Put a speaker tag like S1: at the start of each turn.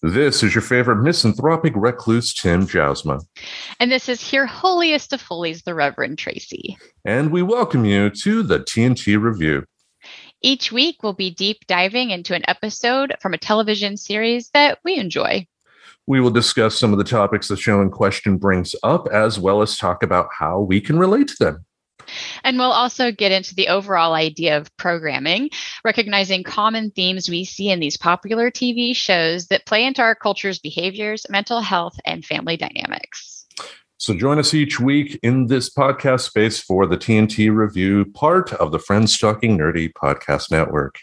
S1: This is your favorite misanthropic recluse, Tim Jousma.
S2: And this is here holiest of holies, the Reverend Tracy.
S1: And we welcome you to the TNT Review.
S2: Each week, we'll be deep diving into an episode from a television series that we enjoy.
S1: We will discuss some of the topics the show in question brings up, as well as talk about how we can relate to them.
S2: And we'll also get into the overall idea of programming, recognizing common themes we see in these popular TV shows that play into our culture's behaviors, mental health, and family dynamics.
S1: So join us each week in this podcast space for the TNT review, part of the Friends Talking Nerdy podcast network.